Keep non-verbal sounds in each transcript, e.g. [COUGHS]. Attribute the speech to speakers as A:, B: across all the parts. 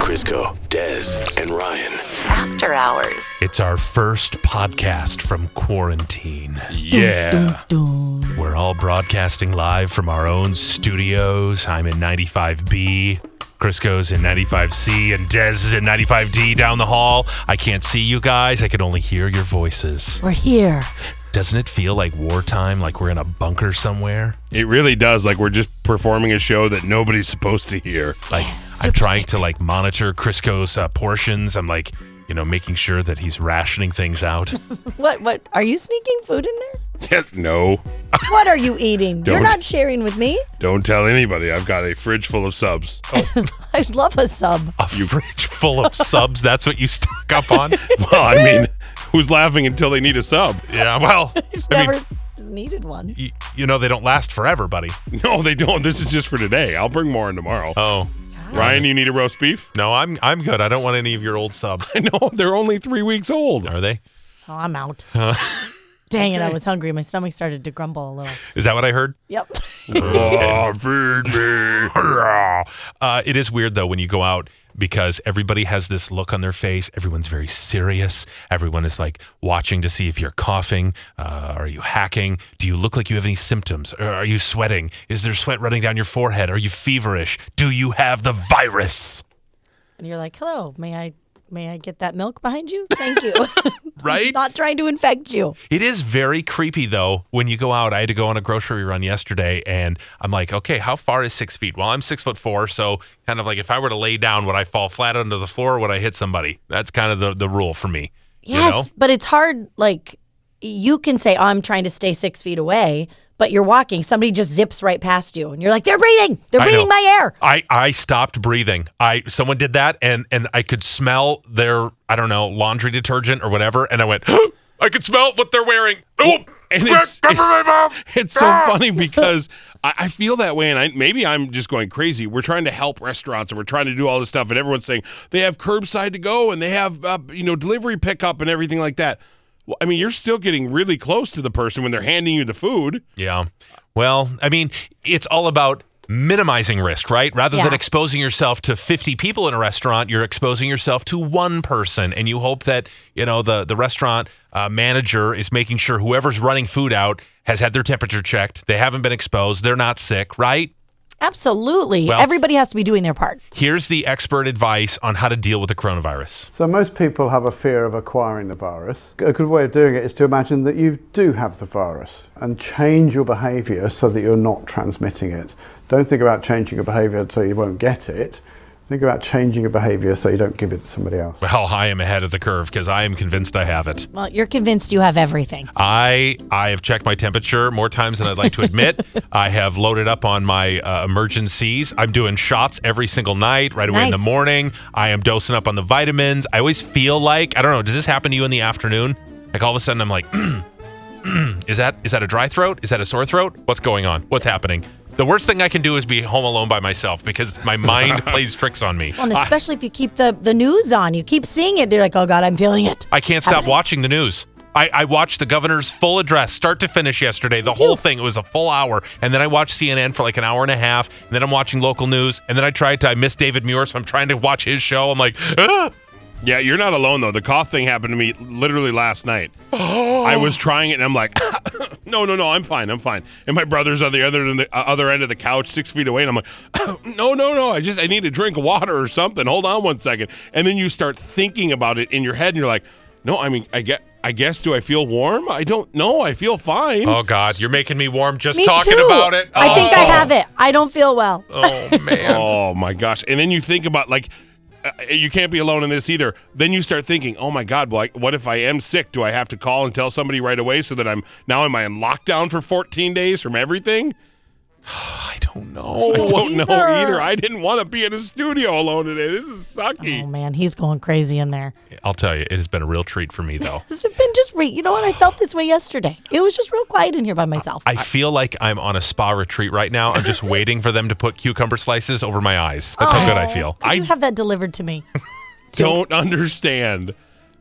A: Crisco, Dez, and Ryan.
B: After Hours.
C: It's our first podcast from quarantine.
D: Yeah.
C: We're all broadcasting live from our own studios. I'm in 95B. Crisco's in 95C and Dez is in 95D down the hall. I can't see you guys. I can only hear your voices.
D: We're here.
C: Doesn't it feel like wartime, like we're in a bunker somewhere?
E: It really does. Like we're just performing a show that nobody's supposed to hear.
C: Like I'm trying to like monitor Crisco's uh, portions. I'm like, you know, making sure that he's rationing things out.
D: [LAUGHS] What? What? Are you sneaking food in there?
E: no,
D: What are you eating? You're
E: Don't.
D: not sharing with me.
E: don't tell anybody. I've got a fridge full of subs. [LAUGHS]
D: I love a sub.
C: A fridge full of subs. That's what you stuck up on.
D: [LAUGHS]
E: well, I mean, who's laughing until they need a sub? [LAUGHS]
C: yeah. Well, I
D: Never
C: mean,
D: needed one.
C: y- you know, they don't last forever, buddy.
E: No, they don't. This is just for today. I'll bring more in tomorrow.
C: Oh
E: Ryan, you need a roast beef? [LAUGHS]
C: no, I'm I'm good. I don't want any of your old subs. [LAUGHS]
E: No, they're only three weeks old.
C: Are they?
D: Oh, I'm out. [LAUGHS] Dang it! I was hungry. My stomach started to grumble a little.
C: Is that what I heard? [CLEARS THROAT]
D: Yep.
E: Ah, feed me.
C: Uh, it is weird though when you go out because everybody has this look on their face. Everyone's very serious. Everyone is like watching to see if you're coughing. Uh, are you hacking? Do you look like you have any symptoms? Or are you sweating? Is there sweat running down your forehead? Are you feverish? Do you have the virus?
D: And you're like, "Hello, may I? May I get that milk behind you? Thank you.
C: [LAUGHS] Right?
D: not trying to infect you.
C: It is very creepy though when you go out. I had to go on a grocery run yesterday, and I'm like, okay, how far is six feet? Well, I'm six foot four, so kind of like if I were to lay down, would I fall flat onto the floor? Or would I hit somebody? That's kind of the the rule for me. you
D: Yes,
C: know?
D: but it's hard. Like you can say, oh, "I'm trying to stay six feet away," but you're walking. Somebody just zips right past you, and you're like, "They're breathing. They're
C: I
D: breathing
C: know.
D: my air."
C: I, I stopped breathing. I someone did that and and I could smell their I don't know laundry detergent or whatever, and I went. [GASPS] I could smell what they're wearing. Oh,
E: And it's- [LAUGHS] It's so
C: Ah. [LAUGHS]
E: funny because I, I feel that way, and I, maybe I'm just going crazy. We're trying to help restaurants, and we're trying to do all this stuff, and everyone's saying they have curbside to go, and they have uh, you know delivery pickup and everything like that. Well, I mean, you're still getting really close to the person when they're handing you the food.
C: Yeah. Well, I mean, it's all about minimizing risk, right? Rather than
D: Yeah.
C: exposing yourself to 50 people in a restaurant, you're exposing yourself to one person and you hope that, you know, the the restaurant uh, manager is making sure whoever's running food out has had their temperature checked, they haven't been exposed, they're not sick, right?
D: Absolutely.
C: Well-
D: Everybody has to be doing their part.
C: Here's the expert advice on how to deal with the coronavirus.
F: So most people have a fear of acquiring the virus. A good way of doing it is to imagine that you do have the virus and change your behavior so that you're not transmitting it. Don't think about changing your behavior so you won't get it. Think about changing your behavior so you don't give it to somebody else.
C: Well, I am ahead of the curve because I am convinced I have it.
D: Well, you're convinced you have everything.
C: I I have checked my temperature more times than I'd like to
D: [LAUGHS]
C: admit. I have loaded up on my uh, emergencies. I'm doing shots every single night, right away in the
D: Nice.
C: morning. I am dosing up on the vitamins. I always feel like I don't know. Does this happen to you in the afternoon? Like all of a sudden, I'm like, [CLEARS THROAT] is that is that a dry throat? Is that a sore throat? What's going on? What's happening? The worst thing I can do is be home alone by myself because my mind
D: [LAUGHS]
C: plays tricks on me.
D: Well, and especially if you keep the, the news on, you keep seeing it. They're like, oh God, I'm feeling it.
C: I can't stop watching the news. I, I watched the governor's full address, start to finish, yesterday. The whole thing. It was a full hour, and then I watched CNN for like an hour and a half. And then I'm watching local news, and then I tried to. I missed David Muir, so I'm trying to watch his show. I'm like, ah!
E: Yeah, you're not alone though. The cough thing happened to me literally last night. I was trying it, and I'm like, [COUGHS] no, no, no, I'm fine, I'm fine. And my brother's on the other end, the uh, other end of the couch, six feet away, and I'm like, [COUGHS] no, no, no, I just I need a drink of water or something. Hold on one second, and then you start thinking about it in your head, and you're like, no, I mean, I get. I guess do I feel warm? I don't know. I feel fine.
C: oh God, you're making me warm just
D: Me
C: talking
D: too.
C: about it.
D: I think I
C: Oh.
D: have it. I don't feel well.
C: Oh man.
D: [LAUGHS]
E: Oh my gosh! And then you think about like, uh, you can't be alone in this either. Then you start thinking, oh my God, well, I, what if I am sick? Do I have to call and tell somebody right away so that I'm now am I in lockdown for 14 days from everything?
C: I don't know.
E: I don't know
D: Oh, Either.
E: either. I didn't want to be in a studio alone today. This is
D: Oh
E: sucky.
D: man, he's going crazy in there.
C: I'll tell you, it has been a real treat for me though.
D: This has been just re- you know what? I felt this way yesterday. It was just real quiet in here by myself.
C: I feel like I'm on a spa retreat right now. I'm just waiting for them to put cucumber slices over my eyes. That's how good
D: Oh.
C: I feel.
D: Could you have that delivered to me?
E: don't understand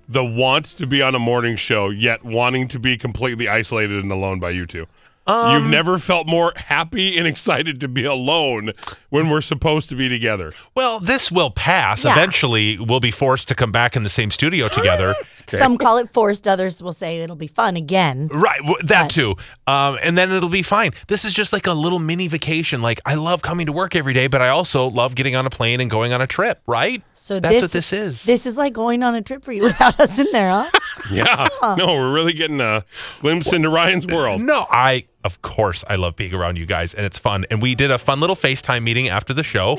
E: the want to be on a morning show yet wanting to be completely isolated and alone by you two.
D: Um,
E: You've never felt more happy and excited to be alone when we're supposed to be together.
C: Well, this will pass.
D: Yeah.
C: Eventually, we'll be forced to come back in the same studio together.
D: Some call it forced, others will say it'll be fun again.
C: Right, w- that
D: But-
C: too. Um, and then it'll be fine. This is just like a little mini vacation. Like, I love coming to work every day, but I also love getting on a plane and going on a trip, right?
D: So
C: that's
D: this,
C: what this is.
D: This is like going on a trip for you [LAUGHS] without us in there, huh?
E: [LAUGHS] Yeah. No, we're really getting a glimpse into Ryan's world.
C: No, I of course I love being around you guys and it's fun. And we did a fun little FaceTime meeting after the
D: [LAUGHS]
C: show.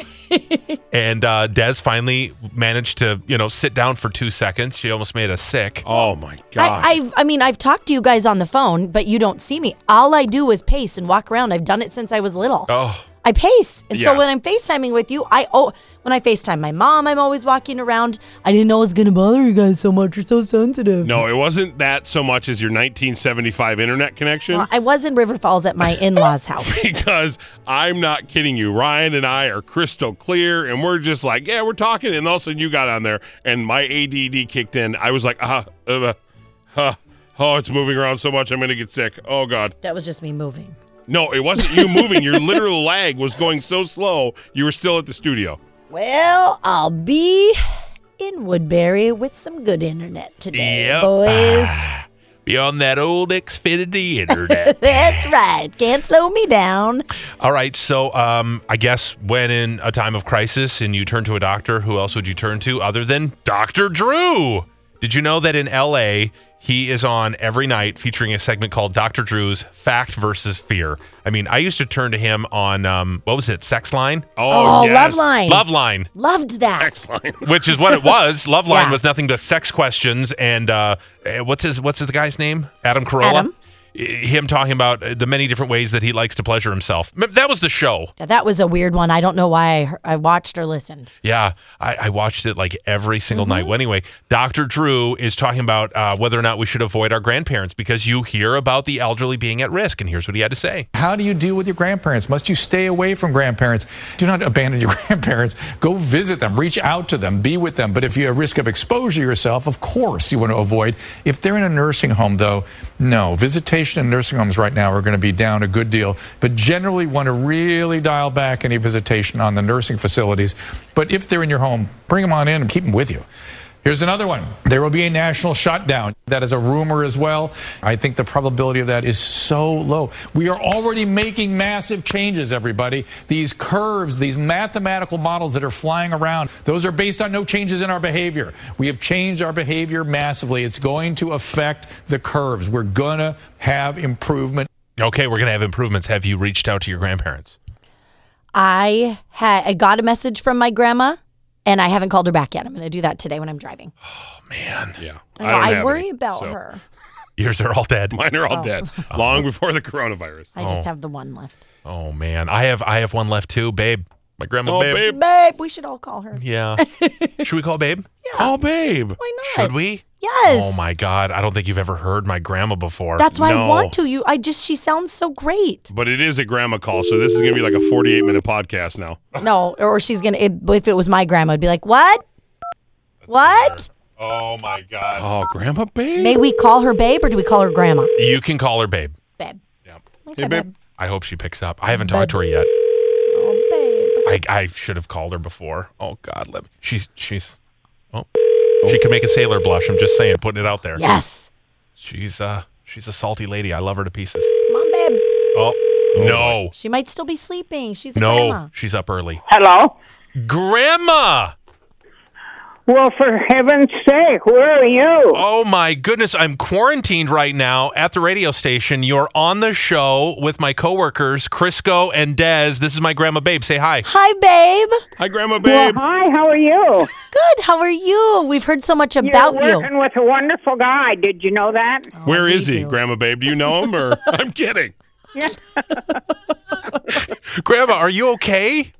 C: and uh Des finally managed to, you know, sit down for two seconds. She almost made us sick.
E: Oh my God.
D: I, I I mean, I've talked to you guys on the phone, but you don't see me. All I do is pace and walk around. I've done it since I was little.
C: Oh.
D: I pace. And so
E: Yeah.
D: when I'm FaceTiming with you, I oh when I FaceTime my mom, I'm always walking around. I didn't know it was gonna bother you guys so much. You're so sensitive.
E: no, it wasn't that so much as your 1975 internet connection.
D: Well, I was in River Falls
E: [LAUGHS]
D: at my in-laws' house.
E: because I'm not kidding you. Ryan and I are crystal clear, and we're just like, yeah, we're talking. And all of a sudden, you got on there, and my ADD kicked in. I was like, ah, uh, uh, huh. oh, it's moving around so much, I'm gonna get sick. Oh God,
D: That was just me moving.
E: no, it wasn't you moving. Your literal [LAUGHS] lag was going so slow. You were still at the studio.
D: Well, I'll be in Woodbury with some good internet today,
C: Yep.
D: boys.
C: Be on that old Xfinity
D: [LAUGHS]
C: internet.
D: That's right. Can't slow me down.
C: All right, so um I guess when in a time of crisis and you turn to a doctor, who else would you turn to other than Dr. Drew? Did you know that in LA he is on every night featuring a segment called Dr. Drew's Fact versus Fear. I mean, I used to turn to him on um what was it? Sex Line?
E: Oh,
D: Oh,
E: yes.
D: love
E: [LAUGHS]
D: line.
C: Love Line,
D: Loved that.
E: Excellent.
C: which is what it
D: [LAUGHS]
C: was. Love Line
D: Yeah.
C: was nothing but sex questions and uh, eh, what's his what's his guy's name? Adam Carolla.
D: Adam.
C: Eh, Him talking about eh, the many different ways that he likes to pleasure himself. M- That was the show.
D: Yeah, that was a weird one. I don't know why I, hear- I watched or listened.
C: Yeah, I, I watched it like every single
D: Mm-hmm.
C: night. Well, anyway, Dr. Drew is talking about uh, whether or not we should avoid our grandparents because you hear about the elderly being at risk. And here's what he had to say
B: How do you deal with your grandparents? Must you stay away from grandparents? Do not abandon your [LAUGHS] grandparents. Go visit them, reach out to them, be with them. But if you have risk of exposure yourself, of course you want to avoid. If they're in a nursing home, though, no. Visitation in nursing homes right now are going to be down a good deal, but generally want to really dial back any visitation on the nursing facilities. But if they're in your home, bring them on in and keep them with you. Here's another one. There will be a national shutdown. That is a rumor as well. I think the probability of that is so low. We are already making massive changes, everybody. These curves, these mathematical models that are flying around, those are based on no changes in our behavior. We have changed our behavior massively. It's going to affect the curves. We're going to have improvement.
C: Okay, we're going to have improvements. Have you reached out to your grandparents?
D: I had I got a message from my grandma, and I haven't called her back yet. I'm going to do that today when I'm driving.
C: Oh,
E: Yeah,
D: I, know,
E: don't
D: I
E: have
D: worry
E: any,
D: about
E: so-
D: her. Oh.
C: Yours are all
E: [LAUGHS]
C: dead.
E: Mine are all
D: [LAUGHS]
E: dead long before the coronavirus.
D: I just have the one left.
C: Oh man, I have I have one left too, babe. My grandma,
E: Oh,
C: babe.
E: babe.
D: Babe, we should all call her. [LAUGHS]
C: Yeah. should we call babe?
E: Oh, babe.
D: Why not?
C: Should we?
D: Yes.
C: Oh my God, I don't think you've ever heard my grandma before.
D: That's why
E: No.
D: I want to. You, I just she sounds so great.
E: But it is a grandma call, so this is going to be like a 48 minute podcast now.
D: No, or she's gonna. If, if it was my grandma, I'd be like, "What? What?
C: oh my God.
E: Oh, grandma, babe.
D: May we call her babe, or do we call her grandma?
C: You can call her babe.
D: Babe.
E: Hey, babe.
C: I hope she picks up. I haven't talked to her yet.
D: Oh, babe.
C: I, I should have called her before. Oh God, let me. She's she's. Oh, she can make a sailor blush. I'm just saying, putting it out there.
D: Yes.
C: She's uh she's a salty lady. I love her to pieces.
D: Come on, babe.
C: Oh no
D: She might still be sleeping. She's a
C: no
D: grandma.
C: she's up early.
G: Hello.
C: Grandma.
G: Well, for heaven's sake, where are you?
C: Oh my goodness, I'm quarantined right now at the radio station. You're on the show with my coworkers Crisco and Dez. This is my grandma babe. Say hi.
D: Hi, babe.
E: Hi, grandma,
G: Well,
E: babe.
G: hi. How
C: [LAUGHS]
G: are you?
D: Good. How are you? We've heard so much about
G: You're
D: you.
G: working with a wonderful guy. Did you know that?
E: Where is he,
D: do.
E: grandma, babe? Do you know him
D: [LAUGHS]
E: or? I'm kidding.
C: Grandma, are you okay?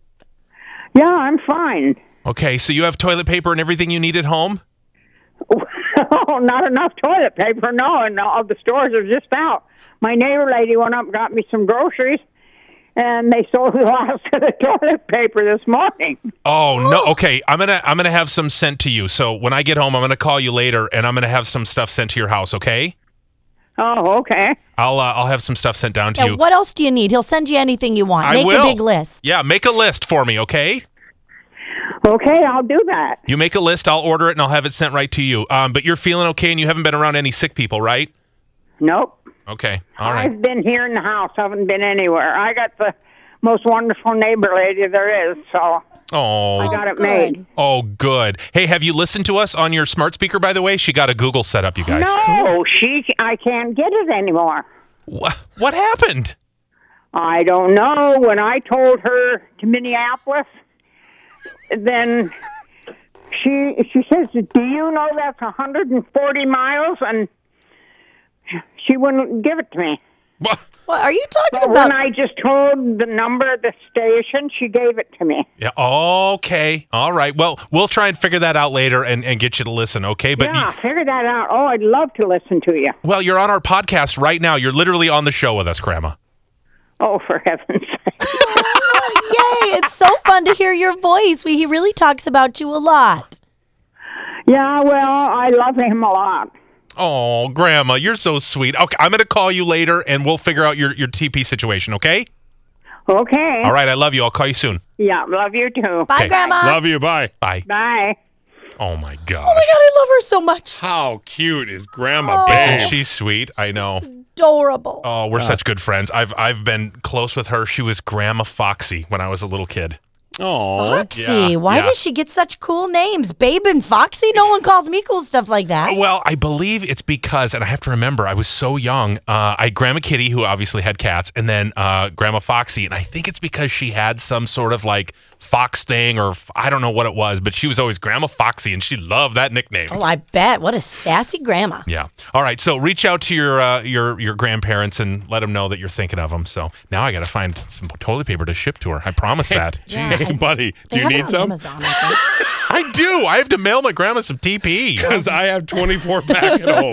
G: Yeah, I'm fine. [LAUGHS]
C: Okay, so you have toilet paper and everything you need at home?
G: oh, not enough toilet paper. No, and all the stores are just out. My neighbor lady went up and got me some groceries, and they sold the [LAUGHS] last of the toilet paper this morning.
C: Oh no. Okay, I'm going to I'm going to have some sent to you. So when I get home, I'm going to call you later and I'm going to have some stuff sent to your house, okay?
G: Oh, okay.
C: I'll uh, I'll have some stuff sent down to
D: Yeah,
C: you.
D: what else do you need? He'll send you anything you want.
C: I
D: Make
C: will.
D: a big list.
C: Yeah, make a list for me, okay?
G: Okay, I'll do that.
C: You make a list, I'll order it, and I'll have it sent right to you. Um, but you're feeling okay, and you haven't been around any sick people, right?
G: Nope.
C: Okay, all right.
G: I've been here in the house. I haven't been anywhere. I got the most wonderful neighbor lady there is, so I
C: Oh,
G: got it
D: Good.
G: made.
C: oh, good. Hey, have you listened to us on your smart speaker? By the way, she got a Google set up, you guys.
G: No, she. I can't get it anymore.
C: Wha- what happened?
G: I don't know. When I told her to Minneapolis, then she she says, "Do you know that's 140 miles?" And she wouldn't give it to me.
C: Wha-
D: What are you talking
G: But
D: about?
G: when I just told the number of the station, she gave it to me.
C: Yeah, okay, all right. Well, we'll try and figure that out later and, and get you to listen, okay? But
G: yeah,
C: you,
G: figure that out. Oh, I'd love to listen to you.
C: well, you're on our podcast right now. You're literally on the show with us, Grandma.
G: Oh, for heaven's sake. [LAUGHS]
D: Yay! It's so fun to hear your voice. We, he really talks about you a lot.
G: Yeah, well, I love him a lot.
C: Oh, Grandma, you're so sweet. Okay, I'm gonna call you later, and we'll figure out your your TP situation. Okay?
G: Okay.
C: All right. I love you. I'll call you soon.
G: Yeah, love you too.
D: Bye,
C: Okay.
D: Grandma.
E: Love you. Bye.
C: Bye.
G: Bye.
C: Oh my gosh.
D: oh my God, I love her so much.
E: How cute is
D: Oh,
E: Grandma
C: Isn't
E: Babe?
C: she sweet? I know.
D: Adorable.
C: Oh, we're such good friends. I've I've been close with her. She was Grandma Foxy when I was a little kid.
E: Oh,
D: Foxy.
C: yeah,
D: Why
C: yeah.
D: does she get such cool names? Babe and Foxy? No one calls me cool stuff like that.
C: Uh, Oh, Well, I believe it's because, and I have to remember, I was so young. Uh, I had Grandma Kitty, who obviously had cats, and then uh, Grandma Foxy, and I think it's because she had some sort of like fox thing, or f- I don't know what it was, but she was always Grandma Foxy, and she loved that nickname.
D: Oh, I bet. What a sassy grandma.
C: Yeah. All right. So reach out to your uh, your your grandparents and let them know that you're thinking of them. So now I got to find some toilet paper to ship to her. I
D: [LAUGHS]
C: promise that.
D: Yeah,
E: Hey, [LAUGHS]
D: I-
E: buddy, do
D: They
E: you
D: have it
E: need
D: on
E: some?
D: Amazon, I
C: I do. I have to mail my grandma some TP.
E: Because I have
D: [LAUGHS]
E: 24 pack at home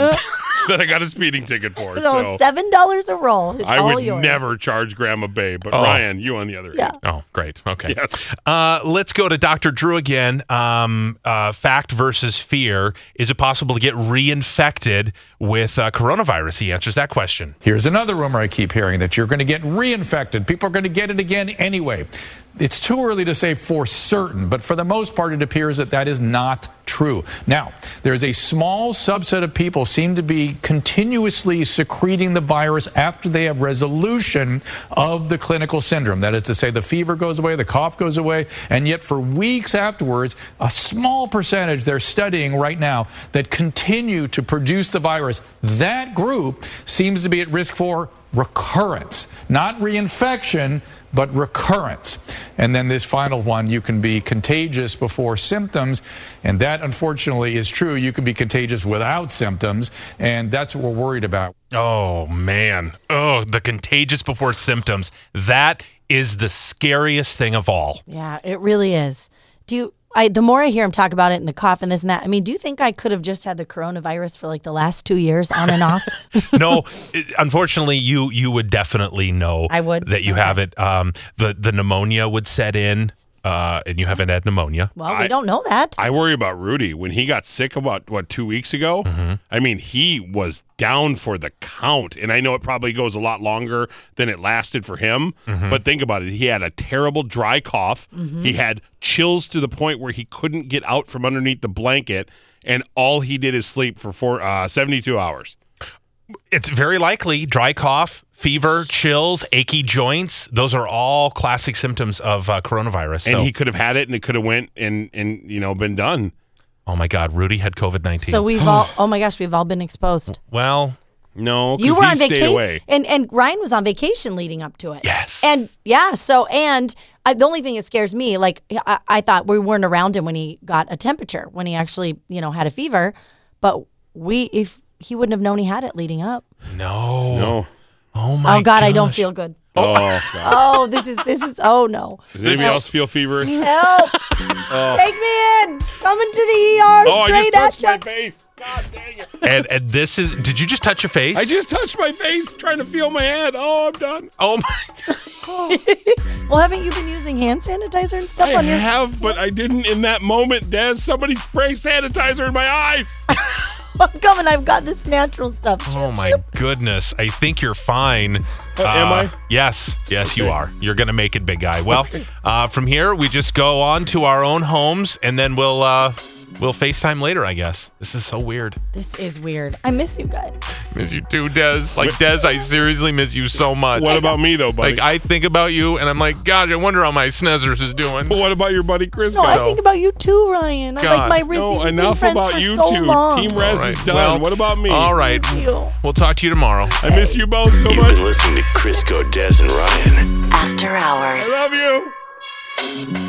E: that I got a speeding ticket for.
D: think. So
E: So
D: seven dollars a roll. It's
E: I
D: all
E: would
D: yours.
E: never charge Grandma Babe. But
C: Oh.
E: Ryan, you on the other
D: Yeah.
E: end.
C: Oh, great. Okay.
E: Yes.
C: Uh, let's go to Dr. Drew again. Um, uh, fact versus fear. Is it possible to get reinfected with uh, coronavirus? He answers that question.
B: Here's another rumor I keep hearing that you're going to get reinfected. People are going to get it again anyway. It's too early to say for certain, but for the most part, it appears that that is not true. Now, there's a small subset of people seem to be continuously secreting the virus after they have resolution of the clinical syndrome. That is to say, the fever goes away, the cough goes away, and yet for weeks afterwards, a small percentage they're studying right now that continue to produce the virus. That group seems to be at risk for recurrence, not reinfection, but recurrence. And then this final one, you can be contagious before symptoms, and that unfortunately is true. You can be contagious without symptoms, and that's what we're worried about.
C: Oh, man. Oh, the contagious before symptoms. That is the scariest thing of [LAUGHS] all.
D: Yeah, it really is. Do you? I the more I hear him talk about it and the cough and this and that. I mean, do you think I could have just had the coronavirus for like the last two years on
E: [LAUGHS]
D: and off?
C: no, it- unfortunately, you you would definitely know.
D: I would?
C: that you
D: Okay.
C: have it. Um, the the pneumonia would set in, uh, and you haven't had pneumonia.
D: Well, we don't know that.
E: I worry about Rudy when he got sick about what two weeks ago. I mean, he was down for the count, and I know it probably goes a lot longer than it lasted for him. But think about it: he had a terrible dry cough.
D: Mm-hmm.
E: He had chills to the point where he couldn't get out from underneath the blanket, and all he did is sleep for four, uh, seventy-two hours.
C: It's very likely dry cough, fever, chills, achy joints. Those are all classic symptoms of uh, coronavirus.
E: And
C: so,
E: he could have had it, and it could have went and and you know been done.
C: oh my God, Rudy had COVID nineteen.
D: So we've all. Oh my gosh, we've all been exposed.
C: well,
E: No, 'cause
D: You were
E: he
D: on
E: stayed
D: vacation,
E: away.
D: and and Ryan was on vacation leading up to it.
C: Yes.
D: and yeah. So and I, the only thing that scares me, like I, I thought we weren't around him when he got a temperature, when he actually you know had a fever, but we if he wouldn't have known he had it leading up.
C: no.
E: No.
C: Oh my.
D: oh God, I don't
C: gosh.
D: feel good.
E: Oh, God.
D: Oh, this is this is. Oh no,
E: does anybody else feel feverish?
D: help!
E: [LAUGHS]
D: Take me in. Coming to the ER
E: Oh, I
D: straight
E: just touched my
D: at you.
E: face. God dang it.
C: And, and this is. Did you just touch your face?
E: I just touched my face trying to feel my head. Oh, I'm done.
C: Oh my.
D: Well, haven't you been using hand sanitizer and stuff
E: I
D: on your?
E: have, but I didn't in that moment, Des. Somebody spray sanitizer in my eyes.
D: I'm [LAUGHS] coming. I've got this natural stuff.
C: Oh my goodness. I think you're fine.
E: Uh,
C: Uh,
E: am I?
C: Yes. Yes, you are. You're going to make it, big guy. Well, uh, from here, we just go on to our own homes and then we'll. Uh, We'll FaceTime later, I guess. This is so weird.
D: This is weird. I miss you guys.
C: Miss you too, Des. Like, Des, I seriously miss you so
E: [LAUGHS]
C: much.
E: What about me though, buddy?
C: Like, I think about you and I'm like, gosh, I wonder how my Snezzers is doing.
E: what about your buddy Chris?
D: No, I
C: So-
D: think about you too, Ryan. I
C: God,
D: like my Rizzy.
E: no,
D: We've been
E: enough
D: friends
E: about
D: for
E: you
D: so
E: two.
D: Long.
E: Team Rez
C: All right,
E: is done.
C: well,
E: what about me?
C: All right.
D: Miss you.
C: We'll talk to you tomorrow.
E: I miss you both so
A: You've
E: much.
A: been listening to Crisco, Des, and Ryan.
H: After Hours.
E: I love you.